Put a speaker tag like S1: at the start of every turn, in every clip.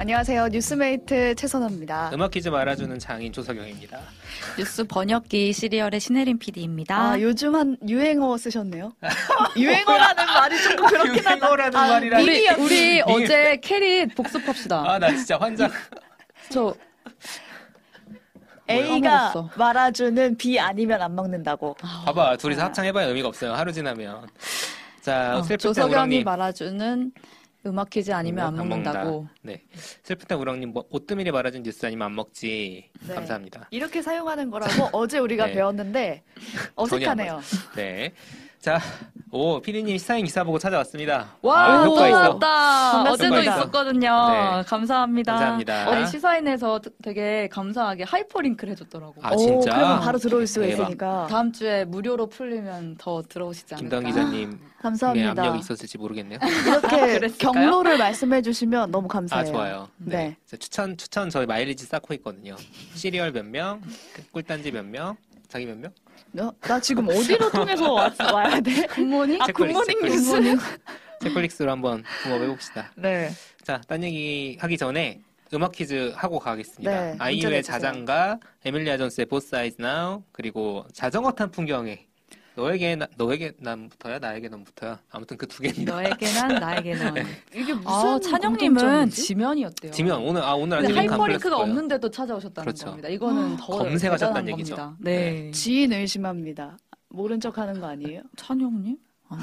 S1: 안녕하세요. 뉴스메이트 최선호입니다.
S2: 음악 퀴즈 말아주는 장인 조석영입니다.
S3: 뉴스 번역기 시리얼의 신혜림 PD입니다.
S1: 아, 요즘 한 유행어 쓰셨네요. 유행어라는 말이 조금 그렇긴 하다. 아,
S2: 아, 유행어라는 말이라.
S3: 우리
S1: 미디어-
S3: 우리
S2: 미디어-
S3: 어제 캐리 복습합시다.
S2: 아, 나 진짜 환장.
S3: 저
S1: A가
S3: 까먹었어.
S1: 말아주는 B 아니면 안 먹는다고.
S2: 봐봐, 둘이서 합창해봐야 의미가 없어요. 하루 지나면. 자,
S3: 어,
S2: 슬플 때
S3: 조석영이
S2: 우렁님.
S3: 말아주는 음악 퀴즈 아니면 안 먹는다고.
S2: 먹는다. 네. 슬플 때 우렁님, 뭐, 오뜨밀이 말아준 뉴스 아니면 안 먹지.
S1: 네.
S2: 감사합니다.
S1: 이렇게 사용하는 거라고 어제 우리가
S2: 네.
S1: 배웠는데 어색하네요.
S2: 네. 자, 오, 피디님 시사인 기사 보고 찾아왔습니다.
S3: 와,
S2: 아,
S3: 또
S2: 효과 있어.
S3: 왔다.
S1: 정말
S3: 어제도
S2: 효과 있어.
S3: 있었거든요.
S2: 네.
S3: 감사합니다.
S2: 감사합니다.
S3: 어제 시사인에서 드- 되게 감사하게 하이퍼링크를 해줘더라고.
S2: 아, 진짜?
S1: 오, 그러면 바로 들어올 수가
S2: 대박.
S1: 있으니까.
S3: 다음 주에 무료로 풀리면 더 들어오시지 않을까.
S2: 김다은 기자님. 의
S1: 감사합니다.
S2: 압력이 있었을지 모르겠네요.
S1: 이렇게
S3: 그랬을까요?
S1: 경로를 말씀해 주시면 너무 감사해요.
S2: 아, 좋아요.
S1: 네.
S2: 네. 자, 추천, 추천 저희 마일리지 쌓고 있거든요. 시리얼 몇 명, 꿀단지 몇 명, 자기 몇 명?
S1: 어? 나 지금 어디로 통해서 왔, 와야 돼?
S3: 굿모닝?
S1: 아,
S2: 체크리스트,
S1: 굿모닝
S2: 체크리스트.
S1: 뉴스.
S2: 체플릭스로 한번 붕업해봅시다.
S1: 네.
S2: 자, 딴 얘기 하기 전에 음악 퀴즈 하고 가겠습니다.
S1: 네, 문제
S2: 아이유의
S1: 내주세요.
S2: 자장가, 에밀리아 존스의 보스 아이즈 나우, 그리고 자전거 탄 풍경에 너에게 나, 너에게 난부터야 나에게 넌부터야 아무튼 그 두 개입니다.
S3: 너에게 난 나에게 넌.
S1: 이게 무슨
S3: 아, 찬영님은
S1: 공통점이지?
S3: 지면이었대요.
S2: 지면 오늘 아 오늘 아직
S3: 근데
S2: 링크 안
S3: 하이퍼링크가
S2: 풀렸을 거예요.
S3: 없는데도 찾아오셨다는
S2: 그렇죠.
S3: 겁니다. 이거는 더
S2: 검색하셨다는
S3: 대단한
S2: 얘기죠.
S3: 겁니다. 네.
S1: 지인 의심합니다. 모른 척 하는 거 아니에요?
S3: 찬영님?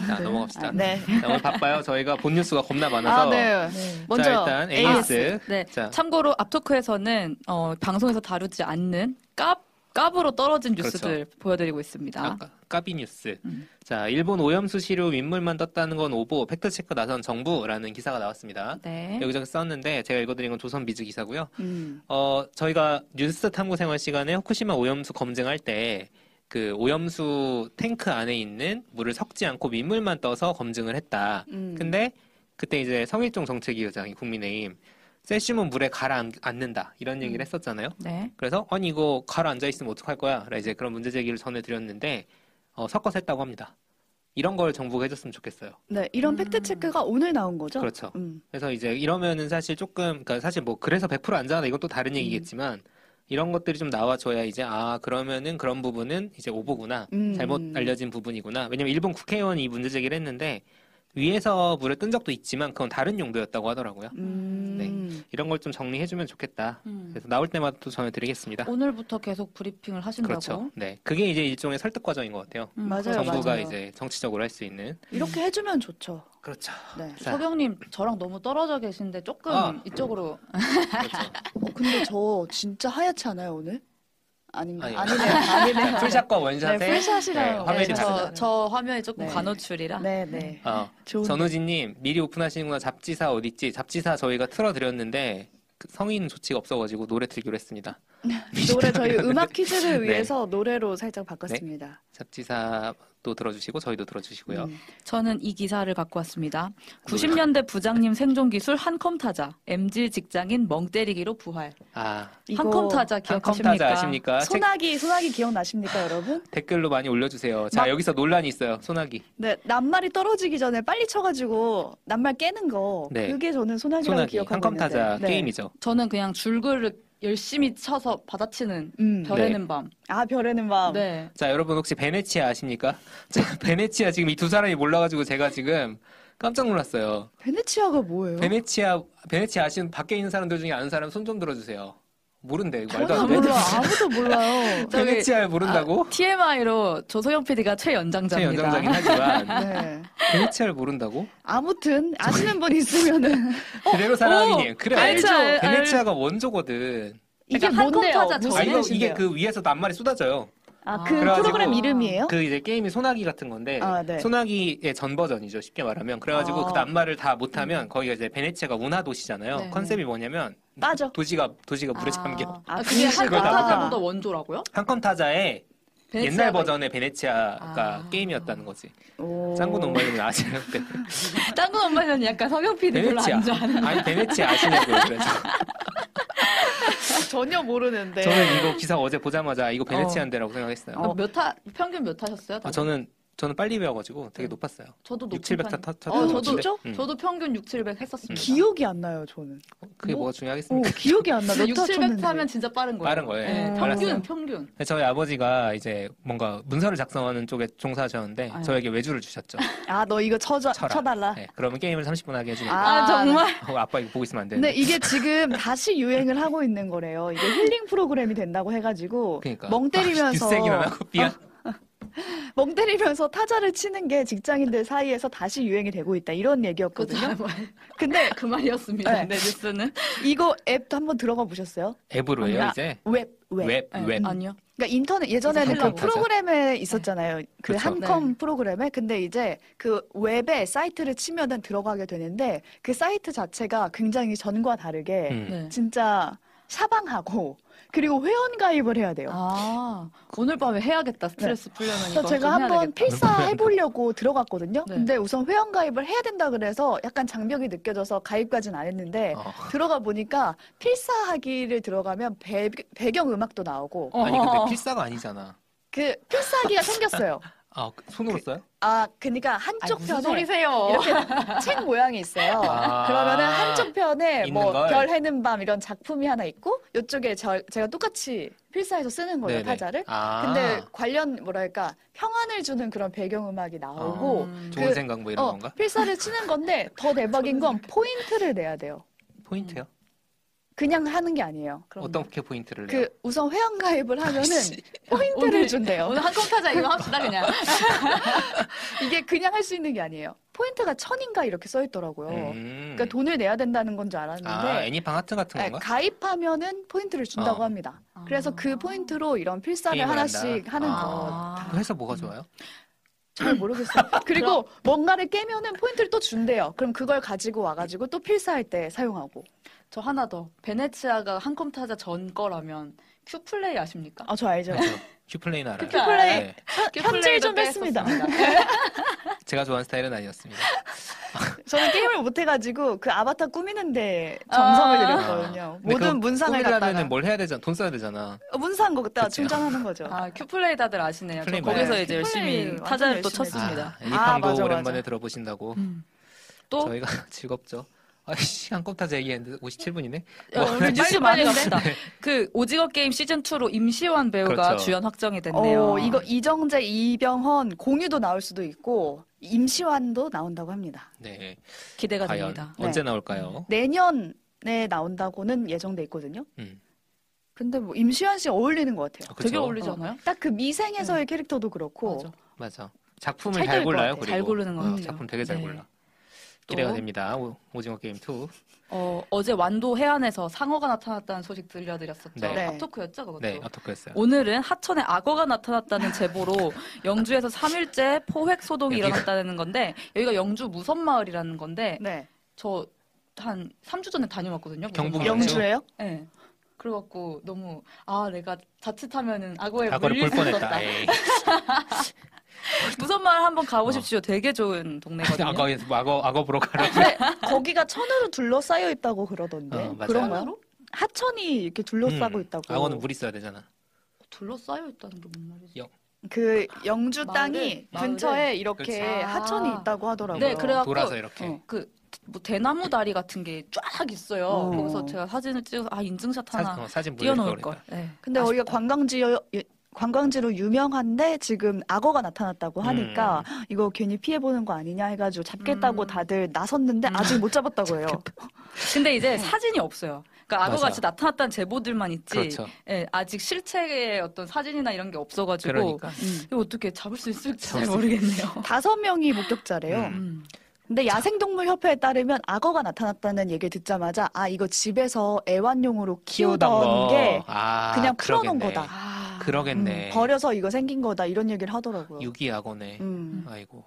S2: 자, 넘어갑시다.
S1: 네.
S2: 자, 오늘 바빠요. 저희가 본 뉴스가 겁나 많아서.
S1: 아, 네.
S3: 네.
S1: 먼저
S2: 자, 일단
S1: AS.
S2: AS.
S3: 네.
S2: 자.
S3: 참고로 앞토크에서는 어, 방송에서 다루지 않는 깝 깝으로 떨어진 뉴스들 보여드리고 있습니다.
S2: 그렇죠. 아까 까비 뉴스.
S1: 음.
S2: 자, 일본 오염수 시료 윗물만 떴다는 건 오보, 팩트체크 나선 정부라는 기사가 나왔습니다.
S3: 네.
S2: 여기저기 썼는데 제가 읽어드린 건 조선비즈 기사고요.
S1: 음.
S2: 어, 저희가 뉴스 탐구 생활 시간에 후쿠시마 오염수 검증할 때 그 오염수 탱크 안에 있는 물을 섞지 않고 민물만 떠서 검증을 했다.
S1: 음.
S2: 근데 그때 이제 성일종 정책위 의장이 국민의힘 세슘은 물에 가라앉는다 이런 얘기를 했었잖아요.
S3: 네.
S2: 그래서 아니 이거 가라앉아 있으면 어떡할 거야? 라는 이제 그런 문제 제기를 전해드렸는데 어, 섞어서 했다고 합니다. 이런 걸 정부가 해줬으면 좋겠어요.
S1: 네, 이런 팩트 체크가 오늘 나온 거죠?
S2: 그렇죠.
S1: 음.
S2: 그래서 이제 이러면은 사실 조금 그러니까 사실 뭐 그래서 100% 안전하다 이건 또 다른 얘기겠지만 이런 것들이 좀 나와줘야 이제 아 그러면은 그런 부분은 이제 오보구나
S1: 음.
S2: 잘못 알려진 부분이구나 왜냐면 일본 국회의원이 이 문제 제기를 했는데 위에서 물에 뜬 적도 있지만 그건 다른 용도였다고 하더라고요
S1: 음.
S2: 이런 걸 좀 정리해주면 좋겠다
S3: 음.
S2: 그래서 나올 때마다 또 전해드리겠습니다
S3: 오늘부터 계속 브리핑을 하신다고.
S2: 그렇죠 네 그게 이제 일종의 설득 과정인 것 같아요
S3: 음,
S1: 맞아요,
S3: 그렇죠.
S2: 정부가
S1: 맞아요.
S2: 이제 정치적으로 할 수 있는
S1: 이렇게 해주면 좋죠.
S2: 그렇죠
S1: 네.
S2: 자.
S3: 서경님 저랑 너무 떨어져 계신데 조금
S2: 아.
S3: 이쪽으로
S2: 그렇죠
S1: 어, 근데 저 진짜 하얗지 않아요, 오늘? 아닌가?
S2: 아니요.
S1: 아니네요. 아니네요.
S2: 자, 풀샷과 원샷에
S1: 네, 풀샷이랑
S2: 네, 화면이
S1: 네,
S2: 다르다.
S3: 저, 저 화면이 조금
S1: 네.
S3: 관호출이라.
S1: 네, 네.
S2: 어,
S1: 좋은
S2: 전우진님 미리 오픈하시는구나 잡지사 어딨지? 잡지사 저희가 틀어드렸는데 그 성인 조치가 없어가지고 노래 틀기로 했습니다.
S1: 노래 저희 음악 퀴즈를
S2: 네.
S1: 위해서 노래로 살짝 바꿨습니다.
S2: 잡지사도 들어주시고 저희도 네, 들어주시고요.
S1: 음.
S3: 저는 이 기사를 갖고 왔습니다. 90년대 부장님 생존 기술 한컴 타자, MG 직장인 멍 때리기로 부활.
S2: 아
S1: 이거
S3: 한컴 타자 기억하십니까?
S2: 컴타자 아십니까? 책
S1: 소나기 소나기 기억나십니까, 여러분?
S2: 댓글로 많이 올려주세요. 자
S1: 막-
S2: 여기서 논란이 있어요. 소나기.
S1: 네, 낱말이 떨어지기 전에 빨리 쳐가지고 낱말 깨는 거
S2: 네.
S1: 그게 저는 소나기라고
S2: 소나기
S1: 기억하고
S2: 한컴 타자
S1: 있는데. 네.
S2: 게임이죠.
S3: 저는 그냥 줄글을 열심히 쳐서 받아치는
S1: 음.
S2: 네.
S3: 별에는 밤.
S1: 아 별에는 밤.
S3: 네.
S2: 자 여러분 혹시 베네치아 아십니까? 자 베네치아 지금 이 두 사람이 몰라가지고 제가 지금 깜짝 놀랐어요.
S1: 베네치아가 뭐예요?
S2: 베네치아 베네치아 아시는 밖에 있는 사람들 중에 아는 사람 손 좀 들어주세요. 모른대 이거 말도
S1: 저도
S2: 안 돼.
S1: 몰라 아무도 몰라요.
S3: 저기-
S2: 베네치아를 모른다고?
S3: TMI로 조소영 PD가
S2: 제
S3: 최연장자입니다.
S2: 연장자긴 하지만
S1: 네.
S2: 베네치아를 모른다고?
S1: 아무튼 아시는 분 있으면은
S2: 그대로 사람이니 그래
S3: 어, 알죠, 알- 어,
S2: 베네치아가 원조거든.
S1: 이게
S3: 한컴
S1: 뭔데요?
S3: 타자
S1: 무슨
S2: 아, 이거 이게
S1: 뜻인데요?
S2: 그 위에서 낱말이 쏟아져요.
S1: 아, 그
S2: 그래가지고-
S1: 프로그램
S3: 어?
S1: 이름이에요?
S2: 그 이제 게임이 소나기 같은 건데
S1: 아, 네.
S2: 소나기의 전 버전이죠 쉽게 말하면. 그래가지고
S1: 아.
S2: 그 낱말을 다 못하면 거기가 이제 베네치아가 운하 도시잖아요.
S3: 네.
S2: 컨셉이 뭐냐면
S1: 빠져.
S2: 도시가 도시가 물에 잠겨.
S3: 아,
S1: 아,
S3: 그게
S1: 그걸
S2: 다
S3: 한컴타자보다
S1: 못하나?
S3: 원조라고요?
S2: 한컴 타자의
S3: 베네치아가
S2: 옛날 버전의 베네치아가
S3: 아.
S2: 게임이었다는 거지.
S1: 오.
S2: 그 짱구 농마님 아시는 때
S3: 딴건 엄마는 약간 서경 PD 별로
S2: 베네치아.
S3: 안 좋아하는.
S2: 아니 베네치아 아시냐고요. 그래서
S1: 어, 전혀 모르는데. 어.
S2: 저는 이거 기사 어제 보자마자 이거 베네치아인데라고 생각했어요.
S3: 몇 타, 평균 몇 타셨어요?
S2: 아, 저는 저는 빨리 배워가지고 되게
S1: 네.
S3: 음.
S2: 높았어요.
S3: 저도
S2: 6,
S3: 높은
S2: 700
S3: 편.
S2: 타, 타, 타,
S3: 어,
S2: 탔던 것
S3: 저도
S1: 진짜?
S2: 같은데. 음.
S3: 저도 평균 6, 700 했었습니다.
S1: 기억이 안 나요, 저는.
S2: 그게
S1: 뭐-
S2: 뭐가
S1: 어,
S2: 중요하겠습니까?
S1: 기억이 안 나.
S3: 6,
S1: 몇타
S3: 700
S1: 쳤는지.
S3: 타면 진짜 빠른 거예요.
S2: 빠른 거예요.
S3: 예,
S1: 음.
S3: 평균
S2: 빨랐어요.
S3: 평균.
S2: 저희 아버지가 이제 뭔가 문서를 작성하는 쪽에 종사하셨는데
S3: 아유.
S2: 저에게 외주를 주셨죠.
S1: 아, 너 이거 쳐줘,
S2: 쳐라.
S1: 쳐달라.
S2: 네, 그러면 게임을 30분 하게 해주니까
S1: 아, 정말?
S2: 어, 아빠 이거 보고 있으면 안 되는데
S1: 근데 이게 지금 다시 유행을 하고 있는 거래요. 이게 힐링 프로그램이 된다고 해가지고
S2: 그러니까
S1: 멍 때리면서 아.
S2: 뒷세기나 나고 미안
S1: 멍 때리면서 타자를 치는 게 직장인들 사이에서 다시 유행이 되고 있다 이런
S3: 그것도
S1: 얘기였거든요.
S2: 그렇죠.
S3: 잘 봐요.
S1: 근데
S3: 그 말이었습니다. 네,
S1: 네.
S3: 뉴스는.
S1: 이거 앱도 한번 들어가 보셨어요?
S2: 앱으로 해요
S3: 아니라
S2: 이제
S1: 웹, 웹.
S2: 웹웹
S3: 예, 아니요.
S1: 그러니까 인터넷 예전에는 그
S2: 한컴 타자. 네.
S1: 프로그램에 있었잖아요. 그
S2: 그렇죠.
S1: 한컴
S3: 네.
S1: 프로그램에 근데 이제 그 웹에 사이트를 치면은 들어가게 되는데 그 사이트 자체가 굉장히 전과 다르게
S2: 음.
S3: 네.
S1: 진짜 샤방하고 그리고 회원 가입을 해야 돼요.
S3: 아, 오늘 밤에 해야겠다. 스트레스 풀려면
S1: 그래서
S3: 이거
S1: 네. 제가
S3: 좀 해야
S1: 한번
S3: 되겠다.
S1: 필사해보려고 들어갔거든요.
S3: 네.
S1: 근데 우선 회원가입을 해야 된다 그래서 약간 장벽이 느껴져서 가입까지는 안 했는데
S2: 어.
S3: 아.
S1: 들어가 보니까 필사하기를 들어가면 배, 배경 음악도 나오고
S3: 어.
S2: 아니 근데 필사가 아니잖아.
S1: 그 필사하기가 생겼어요.
S2: 아 그- 손으로 써요?
S1: 아, 그러니까
S3: 아니,
S1: 한쪽
S3: 무슨
S1: 편에
S3: 소리세요? 어.
S1: 이렇게 책 모양이 있어요.
S2: 아.
S1: 네. 그러면은 한쪽 편에
S2: 있는
S1: 뭐
S2: 걸.
S1: 별 해는 밤 이런 작품이 하나 있고 이쪽에 저, 제가 똑같이 필사해서 쓰는 거예요,
S2: 네네.
S1: 타자를.
S2: 아,
S1: 근데 관련 뭐랄까 평안을 주는 그런 배경 음악이 나오고
S3: 음.
S2: 좋은
S1: 그-
S2: 생각 뭐 이런
S1: 어,
S2: 건가?
S1: 필사를 치는 건데 더 대박인 건 포인트를 내야 돼요.
S2: 포인트요?
S1: 음, 그냥 하는 게 아니에요.
S3: 그럼요.
S2: 어떻게 포인트를 내요?
S1: 그 우선 회원 가입을 하면은
S2: 아이씨.
S1: 포인트를
S3: 오늘-
S1: 준대요.
S3: 오늘 한컵 타자 이거 합시다 그냥.
S1: 이게 그냥 할 수 있는 게 아니에요. 포인트가 천인가 이렇게 써 있더라고요.
S2: 음.
S1: 그러니까 돈을 내야 된다는 건 줄
S2: 아
S1: 알았는데
S2: 애니팡 하트 같은
S1: 네,
S2: 건가?
S1: 가입하면은 포인트를 준다고
S2: 어.
S1: 합니다. 그래서 그 포인트로 이런 필사를
S2: 게임을
S1: 하나씩
S2: 한다.
S1: 하는 거.
S3: 아.
S2: 그래서
S1: 음,
S2: 뭐가 좋아요?
S1: 잘 모르겠어요. 그리고 뭔가를 깨면은 포인트를 또 준대요. 그럼 그걸 가지고 와가지고 또 필사할 때 사용하고.
S3: 저 하나 더. 베네치아가 한컴 타자 전 거라면 큐플레이 아십니까?
S1: 아, 저 알죠.
S2: 그렇죠. 큐플레인 알아요.
S3: 큐플레인.
S2: 네.
S1: 현질 좀
S3: 큐플레이도
S1: 했습니다.
S3: 했었습니다. 네.
S2: 제가 좋아하는 스타일은 아니었습니다.
S1: 저는 게임을 못 해가지고 그 아바타 꾸미는데 정성을
S3: 아.
S1: 들였거든요.
S2: 근데 네, 그거
S1: 모든 문상을 갖다가
S2: 꾸미려면은 그렇죠. 뭘 해야 되잖아. 돈 써야 되잖아.
S1: 어, 문상 거기다
S2: 그치.
S1: 충전하는 거죠.
S3: 아, 큐플레이 다들 아시네요. 저
S2: 큐플레이
S3: 거기서
S1: 맞아요.
S3: 이제
S1: 큐플레이
S3: 열심히
S1: 완전
S3: 타자를 또
S1: 열심히
S3: 쳤습니다.
S2: 아, 애니팡도
S1: 아, 맞아, 맞아.
S2: 오랜만에 들어보신다고.
S3: 음. 또
S2: 저희가 즐겁죠. 아이씨, 한껏 타자 얘기했는데 57분이네.
S3: 야, 우리 뉴스 많이 갑시다. 그 오징어 게임 시즌 2로 임시완 배우가
S2: 네. 그렇죠.
S3: 주연 확정이 됐네요.
S1: 어, 이거 이정재, 이병헌 공유도 나올 수도 있고 임시완도 나온다고 합니다.
S2: 네.
S3: 기대가
S2: 과연
S3: 됩니다.
S1: 네.
S2: 언제 나올까요?
S1: 내년에 나온다고는 예정돼 있거든요.
S2: 음.
S1: 근데 뭐 임시완 씨 어울리는 것 같아요.
S2: 그쵸?
S3: 되게 어울리지 않아요? 음.
S1: 딱 그 미생에서의 캐릭터도 그렇고
S3: 맞아.
S2: 맞아. 작품을
S1: 찰떡일
S2: 잘 골라요.
S1: 것
S2: 그리고
S1: 같아.
S3: 잘 고르는 것
S2: 어,
S3: 같아요.
S2: 작품 되게 잘
S3: 네.
S2: 골라.
S3: 또?
S2: 기대가 됩니다. 오, 오징어 게임 2.
S3: 어, 어제 완도 해안에서 상어가 나타났다는 소식 들려드렸었죠.
S2: 네.
S3: 핫토크였죠, 그것도.
S2: 네, 어떻게였어요?
S3: 오늘은 하천에 악어가 나타났다는 제보로 영주에서 3일째 포획 소동이
S2: 여기가-
S3: 일어났다는 건데 여기가 영주 무선마을이라는 건데
S1: 네.
S3: 저 한 3주 전에 다녀왔거든요.
S2: 경북
S3: 무선마을.
S2: 영주.
S1: 영주예요?
S3: 네. 그래갖고 너무 아 내가 자칫하면은 악어에
S2: 악어를
S3: 물릴
S2: 볼
S3: 수 있었다.
S2: 뻔했다. 예. 에이.
S3: 무선 마을 한번 가보십시오. 되게 좋은 동네거든요.
S2: 어. 악어, 뭐 악어, 악어 보러 가라.
S1: 근데 거기가 천으로 둘러싸여 있다고 그러던데
S2: 어, 맞아요.
S1: 그런가요? 하천이 이렇게 둘러싸고
S2: 음,
S1: 있다고.
S2: 악어는 물 있어야 되잖아.
S3: 둘러싸여 있다는 게 뭔 말이지?
S1: 그 영주
S3: 마을을-
S1: 땅이
S3: 마을을-
S1: 근처에 이렇게
S2: 그치.
S1: 하천이
S3: 아.
S1: 있다고 하더라고요.
S3: 네, 그래갖고
S2: 돌아서 이렇게.
S3: 어, 그, 뭐, 대나무 다리 같은 게 쫙 있어요.
S1: 어.
S3: 거기서 제가 사진을 찍어서, 아, 인증샷
S2: 사,
S3: 하나
S2: 어, 사진 보여줄
S3: 띄워놓을
S2: 걸
S3: 걸. 네.
S1: 근데
S3: 아쉽다.
S1: 거기가 관광지 관광지로 유명한데 지금 악어가 나타났다고 하니까 이거 괜히 피해 보는 거 아니냐 해가지고 잡겠다고
S3: 음.
S1: 다들 나섰는데 아직 못 잡았다고 해요.
S3: 근데 이제 사진이 없어요. 그러니까 악어
S2: 맞아.
S3: 같이 나타났다는 제보들만 있지.
S2: 그렇죠.
S3: 예, 아직 실체의 어떤 사진이나 이런 게 없어가지고.
S2: 그러니까.
S3: 이거 어떻게 잡을 수 있을지
S2: 잡을
S3: 잘
S2: 수
S3: 모르겠네요.
S1: 음. 다섯 명이 목격자래요.
S2: 음.
S3: 음.
S1: 근데 야생동물협회에 따르면 악어가 나타났다는 얘기 듣자마자 아 이거 집에서 애완용으로 키우던 게
S2: 아,
S1: 그냥 풀어놓은
S2: 그러겠네.
S1: 거다.
S3: 아.
S1: 음,
S2: 그러겠네.
S1: 버려서 이거 생긴 거다 이런 얘기를 하더라고요.
S2: 유기 악어네.
S1: 음.
S2: 아이고.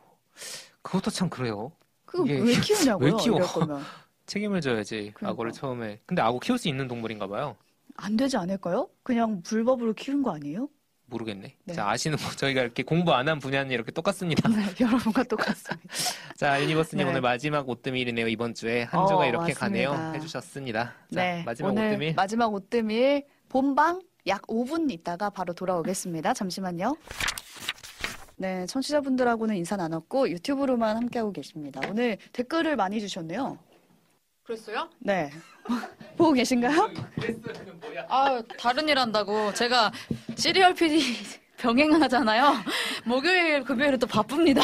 S2: 그것도 참 그래요.
S1: 그거
S2: 이게
S1: 왜 키우냐고요?
S2: 왜 키워?
S1: 이럴 거면
S2: 책임을 져야지.
S1: 그러니까.
S2: 악어를 처음에. 근데 악어 키울 수 있는 동물인가 봐요.
S1: 안 되지 않을까요? 그냥 불법으로 키운 거 아니에요?
S2: 모르겠네.
S1: 네.
S2: 자, 아시는 분 저희가 이렇게 공부 안 한 분야는 이렇게 똑같습니다.
S1: 네, 여러분과 똑같습니다.
S2: 자, 유니버스님
S1: 네.
S2: 오늘 마지막 오뜨밀이네요. 이번 주에 한
S1: 어,
S2: 주가 이렇게
S1: 맞습니다.
S2: 가네요. 해주셨습니다. 자,
S1: 네,
S2: 마지막
S1: 오늘
S2: 오뜨밀.
S1: 마지막 오뜨밀 본방 약 5분 있다가 바로 돌아오겠습니다. 잠시만요. 네, 청취자분들하고는 인사 나눴고 유튜브로만 함께하고 계십니다. 오늘 댓글을 많이 주셨네요.
S4: 그랬어요?
S1: 네. 보고 계신가요?
S3: 아, 다른 일 한다고 제가 시리얼 PD 병행하잖아요. 목요일, 금요일은 또 바쁩니다.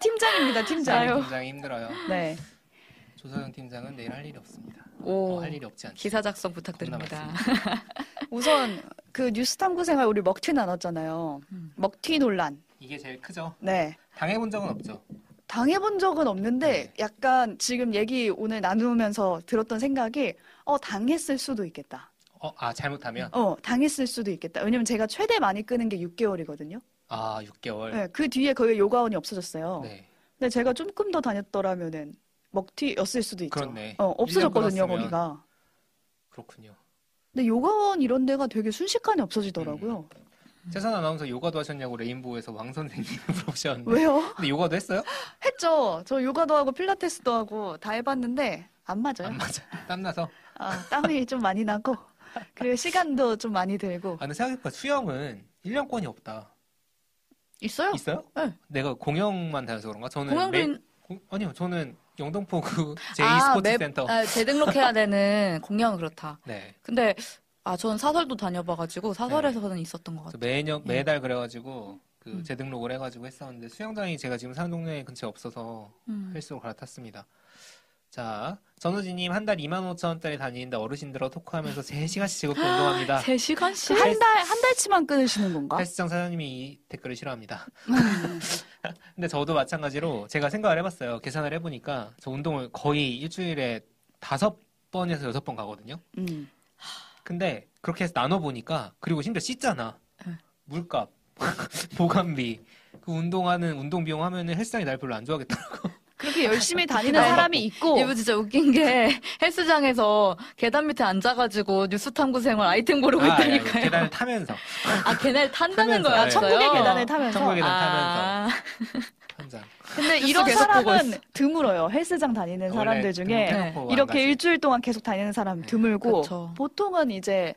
S1: 팀장입니다, 팀장.
S2: 팀장이 힘들어요.
S1: 네.
S2: 조서영 팀장은 내일 할 일이 없습니다.
S3: 오,
S2: 어, 할 일이 없지 않죠.
S3: 기사 작성 부탁드립니다.
S1: 우선 그 뉴스 탐구 생활 우리 먹튀 나눴잖아요.
S3: 음.
S1: 먹튀 논란.
S2: 이게 제일 크죠.
S1: 네.
S2: 당해본 적은 없죠.
S1: 당해본 적은
S2: 네.
S1: 없는데 약간 지금 얘기 오늘 나누면서 들었던 생각이 어, 당했을 수도 있겠다.
S2: 어, 아 잘못하면
S1: 어, 당했을 수도 있겠다. 왜냐면 제가 최대 많이 끄는 게 6개월이거든요.
S2: 아 6개월.
S1: 네, 그 뒤에 거의 요가원이 없어졌어요.
S2: 네.
S1: 근데 제가 조금 더 다녔더라면은 먹튀였을 수도 있죠.
S2: 그렇네.
S1: 어, 없어졌거든요,
S2: 일년 끊었으면.
S1: 거기가.
S2: 그렇군요.
S1: 근데 요가원 이런 데가 되게 순식간에
S2: 음,
S1: 없어지더라고요.
S2: 네. 최선 아나운서 요가도 하셨냐고 레인보우에서 왕 선생님 물어보셨는데
S1: 왜요?
S2: 근데 요가도 했어요?
S1: 했죠. 저 요가도 하고 필라테스도 하고 다 해봤는데 안 맞아요.
S2: 안 맞아. 땀 나서.
S1: 아, 땀이 좀 많이 나고 그리고 시간도 좀 많이 들고
S2: 아 근데 생각해보니까 수영은 1년권이 없다.
S3: 있어요?
S2: 있어요?
S3: 네.
S2: 내가 공영만 다녀서 그런가? 저는
S3: 공영도
S2: 매-
S3: 있-
S2: 공- 아니요 저는 영등포 그 제2
S3: 아,
S2: 스포츠
S3: 매-
S2: 센터.
S3: 아, 재등록해야 되는 공연 은 그렇다.
S2: 네.
S3: 근데 아, 전 사설도 다녀봐가지고 사설에서는 있었던 것
S2: 그래서
S3: 같아요.
S2: 매년 매달 그래가지고 그
S3: 예. 음.
S2: 재등록을 해가지고 했었는데 수영장이 제가 지금 사는 동네 근처에 없어서
S3: 음.
S2: 헬스로 갈아탔습니다. 자, 전우진님 한 달 2만 5천 원짜리 다니는데 어르신들하고 토크하면서 3시간씩 즐겁게 운동합니다.
S3: 세 시간씩?
S1: 한 달 한 달치만 끊으시는 건가?
S2: 헬스장 사장님이 이 댓글을 싫어합니다.
S1: 음.
S2: 근데 저도 마찬가지로 제가 생각을 해봤어요. 계산을 해보니까 저 운동을 거의 일주일에 다섯 번에서 여섯 번 가거든요.
S1: 음.
S2: 근데 그렇게 해서 나눠보니까 그리고 심지어 씻잖아
S3: 응.
S2: 물값 보관비 그 운동하는 운동 비용 하면은 헬스장이 날 별로 안 좋아하겠다
S1: 그렇게 열심히 다니는
S3: 아,
S1: 사람이 있고
S3: 이거 진짜 웃긴 게 헬스장에서 계단 밑에 앉아가지고 뉴스탐구 생활 아이템 고르고
S2: 아, 아니, 아니,
S3: 있다니까요.
S2: 계단을 타면서
S3: 아, 걔네 탄다는
S2: 타면서,
S3: 거야.
S2: 네.
S1: 천국의 계단을 타면서
S2: 천국의 계단 타면서
S3: 아,
S2: 현장
S1: 근데
S3: 뉴스
S1: 이런
S3: 계속 보고
S1: 사람은
S3: 있어.
S1: 드물어요. 헬스장 다니는 그 사람들 중에
S3: 네.
S1: 이렇게 일주일 동안 계속 다니는 사람
S2: 네,
S1: 드물고
S3: 그쵸.
S1: 보통은 이제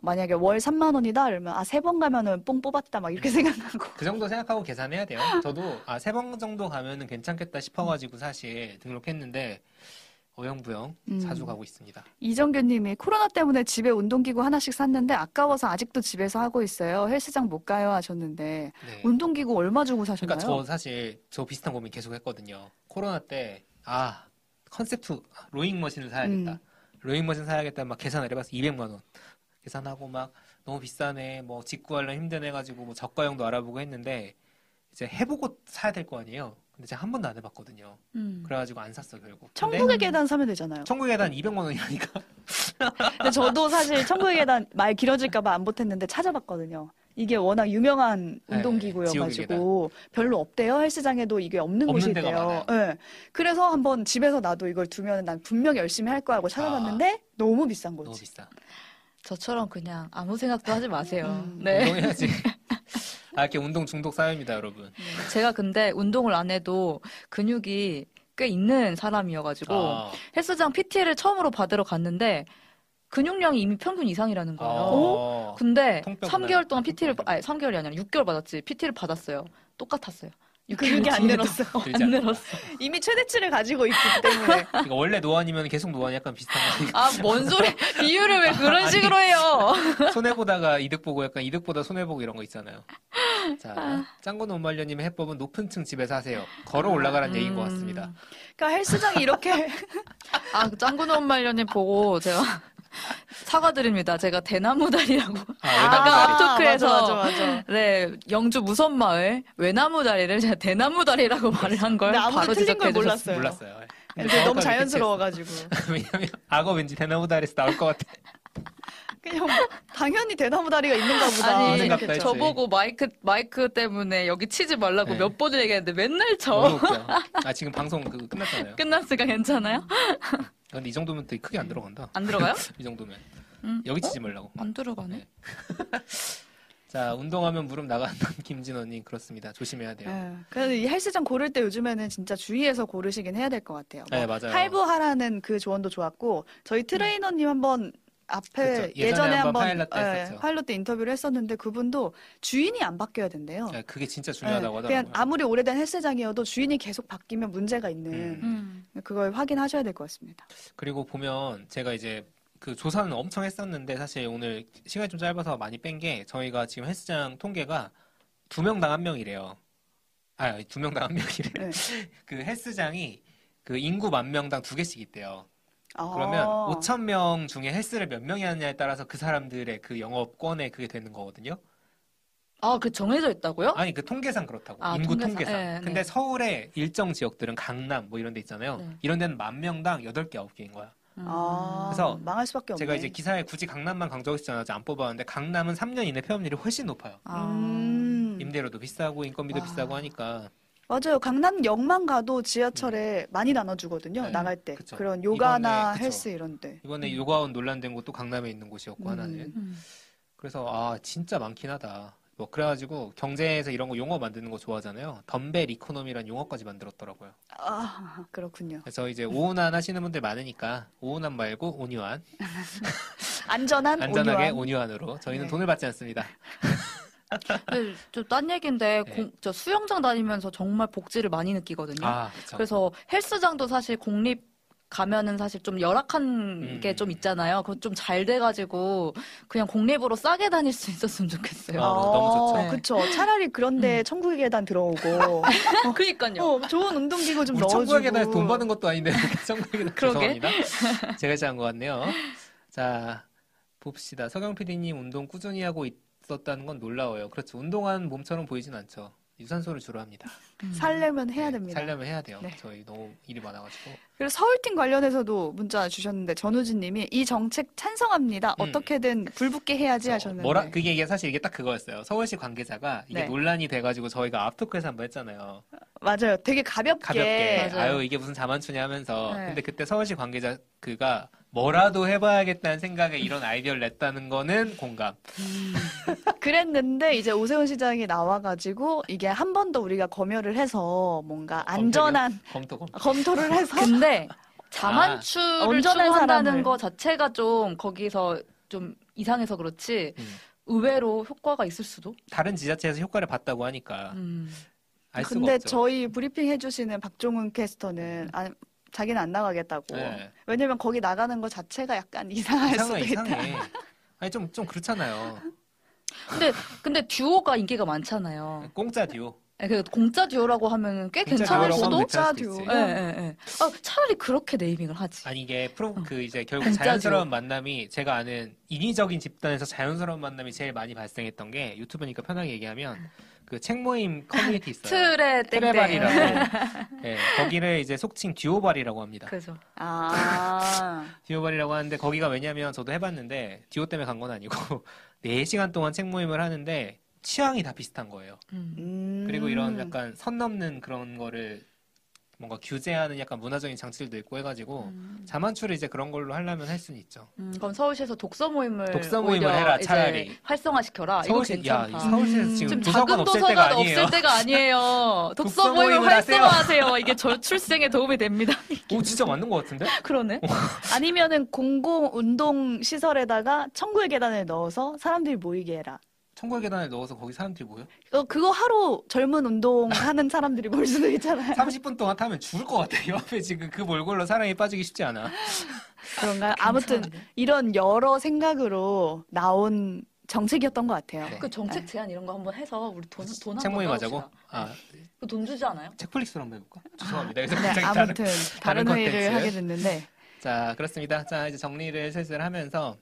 S1: 만약에 월 3만 원이다 이러면 아 세 번 가면은 뽕 뽑았다 막 이렇게 생각하고
S2: 그 정도 생각하고 계산해야 돼요 저도 아 세 번 정도 가면은 괜찮겠다 싶어가지고 사실 등록했는데 어영부영
S1: 음.
S2: 자주 가고 있습니다
S1: 이정규님이 코로나 때문에 집에 운동기구 하나씩 샀는데 아까워서 아직도 집에서 하고 있어요. 헬스장 못 가요 하셨는데
S2: 네.
S1: 운동기구 얼마 주고 사셨나요?
S2: 그러니까 저 사실 저 비슷한 고민 계속 했거든요. 코로나 때 아 컨셉트 아, 로잉 머신을 사야겠다.
S1: 음.
S2: 로잉 머신 사야겠다 막 계산을 해봤어. 200만 원 계산하고 막 너무 비싸네. 뭐 직구하려 힘드네 가지고 뭐 저가형도 알아보고 했는데 이제 해보고 사야 될 거 아니에요. 근데 제가 한 번도 안 해봤거든요.
S3: 음.
S2: 그래가지고 안 샀어 결국. 근데
S1: 천국의 계단 사면 되잖아요.
S2: 천국에 단 200만 원이라니까.
S1: 근데 저도 사실 천국의 계단 말 길어질까봐 안 보탰는데 찾아봤거든요. 이게 워낙 유명한
S2: 네,
S1: 운동기구여가지고 별로 없대요. 헬스장에도 이게 없는
S2: 없는
S1: 곳이
S2: 데가
S1: 있대요. 네. 그래서 한번 집에서 나도 이걸 두면 난 분명 열심히 할 거야 하고 찾아봤는데 너무 비싼
S2: 너무
S1: 거지.
S2: 비싸.
S3: 저처럼 그냥 아무 생각도 하지 마세요.
S1: 음.
S3: 네.
S2: 운동해야지. 아 이렇게 운동 중독 사연입니다 여러분.
S3: 제가 근데 운동을 안 해도 근육이 꽤 있는 사람이어가지고
S2: 아,
S3: 헬스장 PT를 처음으로 받으러 갔는데 근육량이 이미 평균 이상이라는 거예요.
S2: 어,
S3: 근데
S2: 통뼈구나.
S3: 3개월 동안 PT를
S2: 통뼈구나.
S3: 아니 3개월이 아니라 6개월 받았지. PT를 받았어요. 똑같았어요.
S1: 근육이 안 늘었어.
S2: 늘지
S3: 안
S2: 아, 않는다.
S3: 늘었어.
S1: 이미 최대치를 가지고 있기 때문에.
S2: 그러니까 원래 노안이면 계속 노안이 약간 비슷한 거
S3: 아 뭔 소리? 비유를 왜 그런 식으로 해요?
S2: 손해보다가 이득 보고 약간 이득보다 손해보고 이런 거 있잖아요. 자,
S3: 아.
S2: 짱구 논말려님의 해법은 높은 층 집에서 하세요. 걸어 올라가라는 얘기인 것 같습니다.
S3: 음.
S1: 그러니까 헬스장이 이렇게
S3: 아, 그 짱구는 엄마련님 보고 제가 사과드립니다. 제가 대나무다리라고.
S2: 아,
S3: 아까
S2: 외나무다리.
S3: 앞토크에서
S1: 맞아, 맞아, 맞아.
S3: 네, 영주 무선마을 외나무다리를 제가 대나무다리라고 말을 한 걸
S1: 근데 네, 아무도
S3: 바로
S1: 틀린 걸
S3: 지적해 주셨어요.
S1: 몰랐어요.
S2: 몰랐어요. 근데
S1: 근데 네. 너무
S2: 정확하게
S1: 자연스러워가지고.
S2: 캐치했어요. 왜냐면 악어 왠지 대나무 다리에서 나올 것 같아.
S1: 그냥 당연히 대나무 다리가 있는가 보다.
S2: 그런 생각도
S3: 아니,
S1: 생각했죠.
S2: 했지.
S3: 저보고 마이크, 마이크 때문에 여기 치지 말라고
S2: 네.
S3: 몇 번을 얘기했는데 맨날
S2: 너무
S3: 쳐.
S2: 웃겨. 아 지금 방송 그 끝났잖아요.
S3: 끝났으니까 괜찮아요?
S2: 근데 이 정도면 또 크게 안 들어간다.
S3: 안 들어가요?
S2: 이 정도면
S3: 음.
S2: 여기 치지 말라고.
S3: 안 들어가네.
S2: 자 운동하면 무릎 나간다. 김진호님 그렇습니다. 조심해야 돼요.
S1: 예. 그래서 이 헬스장 고를 때 요즘에는 진짜 주의해서 고르시긴 해야 될 것 같아요. 뭐
S2: 네, 맞아요. 음.
S1: 할부하라는 그 조언도 좋았고 저희 트레이너님 한번 앞에
S2: 그렇죠. 예전에
S1: 예전에 한번
S2: 한번 파일럿 때
S1: 예,
S2: 했었죠.
S1: 파일럿 때 인터뷰를 했었는데 그분도 주인이 안 바뀌어야 된대요.
S2: 네, 그게 진짜 중요하다고
S1: 예, 그냥
S2: 하더라고요.
S1: 아무리 오래된 헬스장이어도 주인이 계속 바뀌면 문제가 있는
S3: 음.
S1: 그걸 확인하셔야 될 것 같습니다.
S2: 그리고 보면 제가 이제 그 조사는 엄청 했었는데 사실 오늘 시간이 좀 짧아서 많이 뺀 게 저희가 지금 헬스장 통계가 두 명당 한 명이래요. 아, 두 명당 한 명이래.
S1: 네.
S2: 요그 헬스장이 그 인구 만 명당 두 개씩 있대요.
S1: 아.
S2: 그러면 5천 명 중에 헬스를 몇 명이 하느냐에 따라서 그 사람들의 그 영업권에 그게 되는 거거든요.
S3: 아, 그 정해져 있다고요?
S2: 아니 그 통계상 그렇다고
S3: 아,
S2: 인구
S3: 통계상.
S2: 통계상.
S3: 예, 네.
S2: 근데 서울의 일정 지역들은 강남 뭐 이런 데 있잖아요.
S3: 네.
S2: 이런 데는 만 명당 8개, 9개인 거야.
S3: 음.
S1: 아,
S2: 그래서
S1: 망할 수밖에 없네.
S2: 제가 이제 기사에 굳이 강남만 강조했잖아요. 아직 안 뽑아왔는데 강남은 3년 이내 폐업률이 훨씬 높아요.
S3: 아.
S1: 음.
S2: 임대료도 비싸고 인건비도
S3: 와.
S2: 비싸고 하니까
S1: 맞아요. 강남역만 가도 지하철에 많이 나눠주거든요.
S2: 음. 네,
S1: 나갈 때.
S2: 그쵸.
S1: 그런 요가나
S2: 이번에, 그쵸.
S1: 헬스 이런데.
S2: 이번에 요가원 논란된 곳도 강남에 있는 곳이었고
S1: 음.
S2: 하나는
S3: 음.
S2: 그래서 아 진짜 많긴 하다. 뭐 그래가지고 경제에서 이런 거 용어 만드는 거 좋아하잖아요. 덤벨 이코노미란 용어까지 만들었더라고요.
S1: 아, 그렇군요.
S2: 그래서 이제
S3: 음.
S2: 오운환 하시는 분들 많으니까 오운환 말고 온유한
S1: 안전한
S2: 안전하게
S1: 온유한.
S2: 온유한으로 저희는
S1: 네.
S2: 돈을 받지 않습니다.
S3: 네, 저딴 얘기인데
S2: 네.
S3: 공- 저 수영장 다니면서 정말 복지를 많이 느끼거든요.
S2: 아 그쵸.
S3: 그래서 헬스장도 사실 공립 가면은 사실 좀 열악한
S2: 음.
S3: 게 좀 있잖아요. 그거 좀 잘 돼가지고 그냥 공립으로 싸게 다닐 수 있었으면 좋겠어요.
S2: 아, 너무 좋죠.
S1: 어, 그쵸. 차라리 그런데
S2: 음.
S1: 천국의 계단 들어오고.
S3: 그니까요.
S1: 어, 좋은 운동기구 좀
S2: 우리
S1: 넣어주고.
S2: 청구하게 다돈 버는 것도 아닌데 청구하게 다
S3: 그러게.
S2: 죄송합니다. 제가 잘한 것 같네요. 자 봅시다. 서경 PD님 운동 꾸준히 하고 있었다는 건 놀라워요. 그렇죠. 운동한 몸처럼 보이진 않죠. 유산소를 주로 합니다.
S3: 음.
S1: 살려면 해야
S2: 네,
S1: 됩니다.
S2: 살려면 해야 돼요.
S1: 네.
S2: 저희 너무 일이 많아가지고.
S1: 그리고 서울팀 관련해서도 문자 주셨는데 전우진 님이 이 정책 찬성합니다.
S2: 음.
S1: 어떻게든 불붙게 해야지 하셨는데.
S2: 뭐라 그게 이게 사실 이게 딱 그거였어요. 서울시 관계자가 이게
S1: 네.
S2: 논란이 돼가지고 저희가 앞토크에서 한번 했잖아요.
S1: 맞아요. 되게 가볍게.
S2: 가볍게
S3: 맞아요.
S2: 아유 이게 무슨 자만추냐 하면서
S3: 네.
S2: 근데 그때 서울시 관계자 그가 뭐라도 해봐야겠다는 생각에 이런 아이디어를 냈다는 거는 공감.
S1: 그랬는데 이제 오세훈 시장이 나와가지고 이게 한 번 더 우리가 검열을 해서 뭔가 안전한
S2: 검토 검토.
S1: 검토를 해서
S3: 근데
S2: 아.
S3: 자만추를
S1: 온전한
S3: 추구한다는
S1: 사람을.
S3: 거 자체가 좀 거기서 좀 이상해서 그렇지
S2: 음.
S3: 의외로 효과가 있을 수도.
S2: 다른 지자체에서 효과를 봤다고 하니까
S3: 음.
S2: 알 수가
S1: 근데
S2: 없죠.
S1: 저희 브리핑 해주시는 박종훈 캐스터는 안- 자기는 안 나가겠다고.
S2: 네.
S1: 왜냐면 거기 나가는 것 자체가 약간 이상할
S2: 이상해
S1: 수도 있다.
S2: 이상해. 아니 좀 좀 그렇잖아요.
S3: 근데 근데 듀오가 인기가 많잖아요.
S2: 공짜 듀오.
S3: 예, 그 공짜 듀오라고 하면 꽤
S2: 공짜
S3: 괜찮을
S2: 듀오라고
S3: 수도.
S2: 하면 괜찮을 수도
S1: 공짜
S2: 있지.
S1: 듀오.
S3: 예, 예, 예. 아, 차라리 그렇게 네이밍을 하지.
S2: 아니 이게 프로 그 이제 결국
S3: 공짜
S2: 자연스러운 만남이 제가 아는 인위적인 집단에서 자연스러운 만남이 제일 많이 발생했던 게 유튜브니까 편하게 얘기하면 그 책 모임 커뮤니티 있어요.
S3: 틀에
S2: 트레발이라고. 예, 거기를 이제 속칭 듀오발이라고 합니다.
S3: 그죠.
S1: 아,
S2: 듀오발이라고 하는데 거기가 왜냐면 저도 해봤는데 듀오 때문에 간 건 아니고 4시간 동안 책 모임을 하는데 취향이 다 비슷한 거예요.
S3: 음.
S1: 음.
S2: 그리고 이런 약간 선 넘는 그런 거를 뭔가 규제하는 약간 문화적인 장치들도 있고 해가지고
S3: 음.
S2: 자만추를 이제 그런 걸로 하려면 할 수는 있죠.
S3: 음, 그럼 서울시에서 독서 모임을
S2: 독서 모임을
S3: 오히려
S2: 해라,
S3: 이제
S2: 차라리.
S3: 활성화시켜라.
S2: 서울시,
S3: 아, 이거
S2: 야,
S3: 괜찮다.
S2: 이 서울시에서
S1: 음.
S2: 지금
S3: 지금
S2: 도서관
S3: 작은
S2: 없을
S3: 도서관
S2: 때가
S3: 없을
S2: 아니에요.
S3: 때가 아니에요. 독서
S2: 독서
S3: 모임을
S2: 모임을 하세요.
S3: 활성화하세요. 이게 저출생에 도움이 됩니다.
S2: 오, 진짜 맞는 것 같은데?
S3: 그러네.
S1: 아니면은 공공 운동 시설에다가 천국의 계단을 넣어서 사람들이 모이게 해라.
S2: 청구의 계단에 넣어서 거기 사람들이 모여?
S1: 그거, 그거 하루 젊은 운동 하는 사람들이 모일 수도 있잖아요.
S2: 30분 동안 타면 죽을 것 같아. 옆에 지금 그 몰골로 사랑에 빠지기 쉽지 않아.
S1: 그런가요? 아무튼 이런 여러 생각으로 나온 정책이었던 것 같아요.
S2: 네.
S3: 그 정책 제안 이런 거 한번 해서 우리 돈, 돈
S2: 책
S3: 한번
S2: 모임 하자고?
S3: 따봅시다. 아,
S2: 아,
S3: 그거 돈 주지 않아요?
S2: 책플릭스로 한번 해볼까? 죄송합니다. 그래서
S1: 네,
S2: 갑자기 다른
S1: 아무튼 다른,
S2: 다른
S1: 회의를
S2: 콘텐츠.
S1: 하게 됐는데
S2: 자, 그렇습니다. 자, 이제 정리를 슬슬 하면서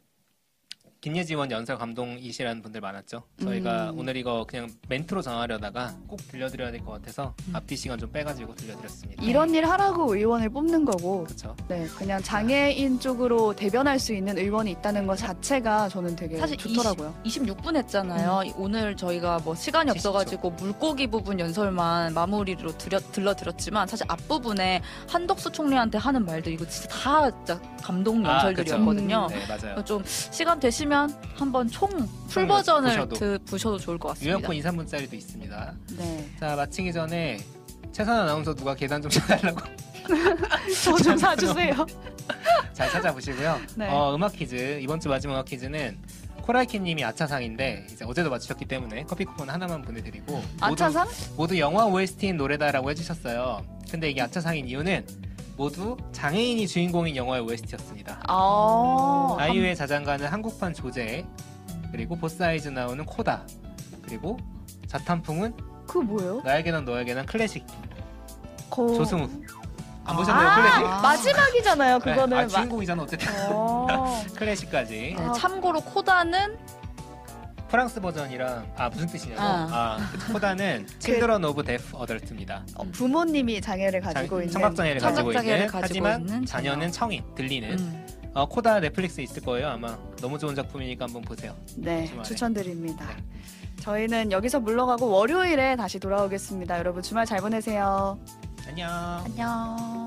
S2: 김예지원 연설 감독이시라는 분들 많았죠. 저희가
S1: 음.
S2: 오늘 이거 그냥 멘트로 정하려다가 꼭 들려드려야 될 것 같아서 앞뒤 시간 좀 빼가지고 들려드렸습니다.
S1: 음. 이런 일 하라고 의원을 뽑는 거고
S2: 그렇죠.
S1: 네, 그냥 장애인 쪽으로 대변할 수 있는 의원이 있다는 것 자체가 저는 되게
S3: 사실
S1: 좋더라고요.
S3: 26분 했잖아요. 이- 오늘 저희가 뭐
S2: 70초.
S3: 시간이 음. 없어가지고 물고기 부분 연설만 마무리로 들려, 들려드렸지만 사실 앞부분에 한덕수 총리한테 하는 말도 이거 진짜 다 진짜 감동
S2: 아,
S1: 어.
S3: 연설들이었거든요.
S2: 네, 맞아요.
S3: 그러니까 좀 시간 되시면 한번 총 풀
S2: 총
S3: 버전을
S2: 음, 보셔도.
S3: 드, 보셔도 좋을 것 같습니다.
S2: 유효권 2, 3분짜리도 있습니다.
S1: 네.
S2: 자, 마치기 전에 최선 아나운서 누가 계단 좀 쳐달라고
S1: 저 좀 사주세요.
S2: 잘 찾아보시고요.
S1: 네.
S2: 어, 음악 퀴즈 이번 주 마지막 음악 퀴즈는 코라이키님이 아차상인데 이제 어제도 맞추셨기 때문에 커피 쿠폰 하나만 보내드리고 모두,
S3: 아차상?
S2: 모두 영화 OST인 노래다라고 해주셨어요. 근데 이게 아차상인 이유는 모두 장애인이 주인공인 영화의 OST였습니다.
S1: 아,
S2: 아이유의 자장가는 한국판 조제 그리고 보스아이즈 나오는 코다 그리고 자탄풍은
S1: 그 뭐예요?
S2: 나에게 난 너에게 난 클래식
S1: 거...
S2: 조승우 안 보셨나요 클래식?
S1: 아, 마지막이잖아요,
S2: 네,
S1: 그거는.
S2: 아, 주인공이잖아 어쨌든
S1: 마- 어.
S2: 클래식까지
S3: 네, 참고로 코다는
S2: 프랑스 버전이랑 아 무슨 뜻이냐고
S3: 아.
S2: 아, 그 코다는 Children of Deaf Adult입니다
S1: 어, 부모님이 장애를
S2: 자-
S1: 가지고 있는.
S2: 청각장애를 가지고
S3: 청각장애를
S2: 있는
S3: 가지고
S2: 하지만
S3: 있는
S2: 자녀는 청인 들리는
S3: 음,
S2: 어, 코다 넷플릭스 있을 거예요 아마 너무 좋은 작품이니까 한번 보세요
S1: 네,
S2: 주말에.
S1: 추천드립니다.
S2: 네.
S1: 저희는 여기서 물러가고 월요일에 다시 돌아오겠습니다. 여러분 주말 잘 보내세요.
S2: 안녕
S3: 안녕.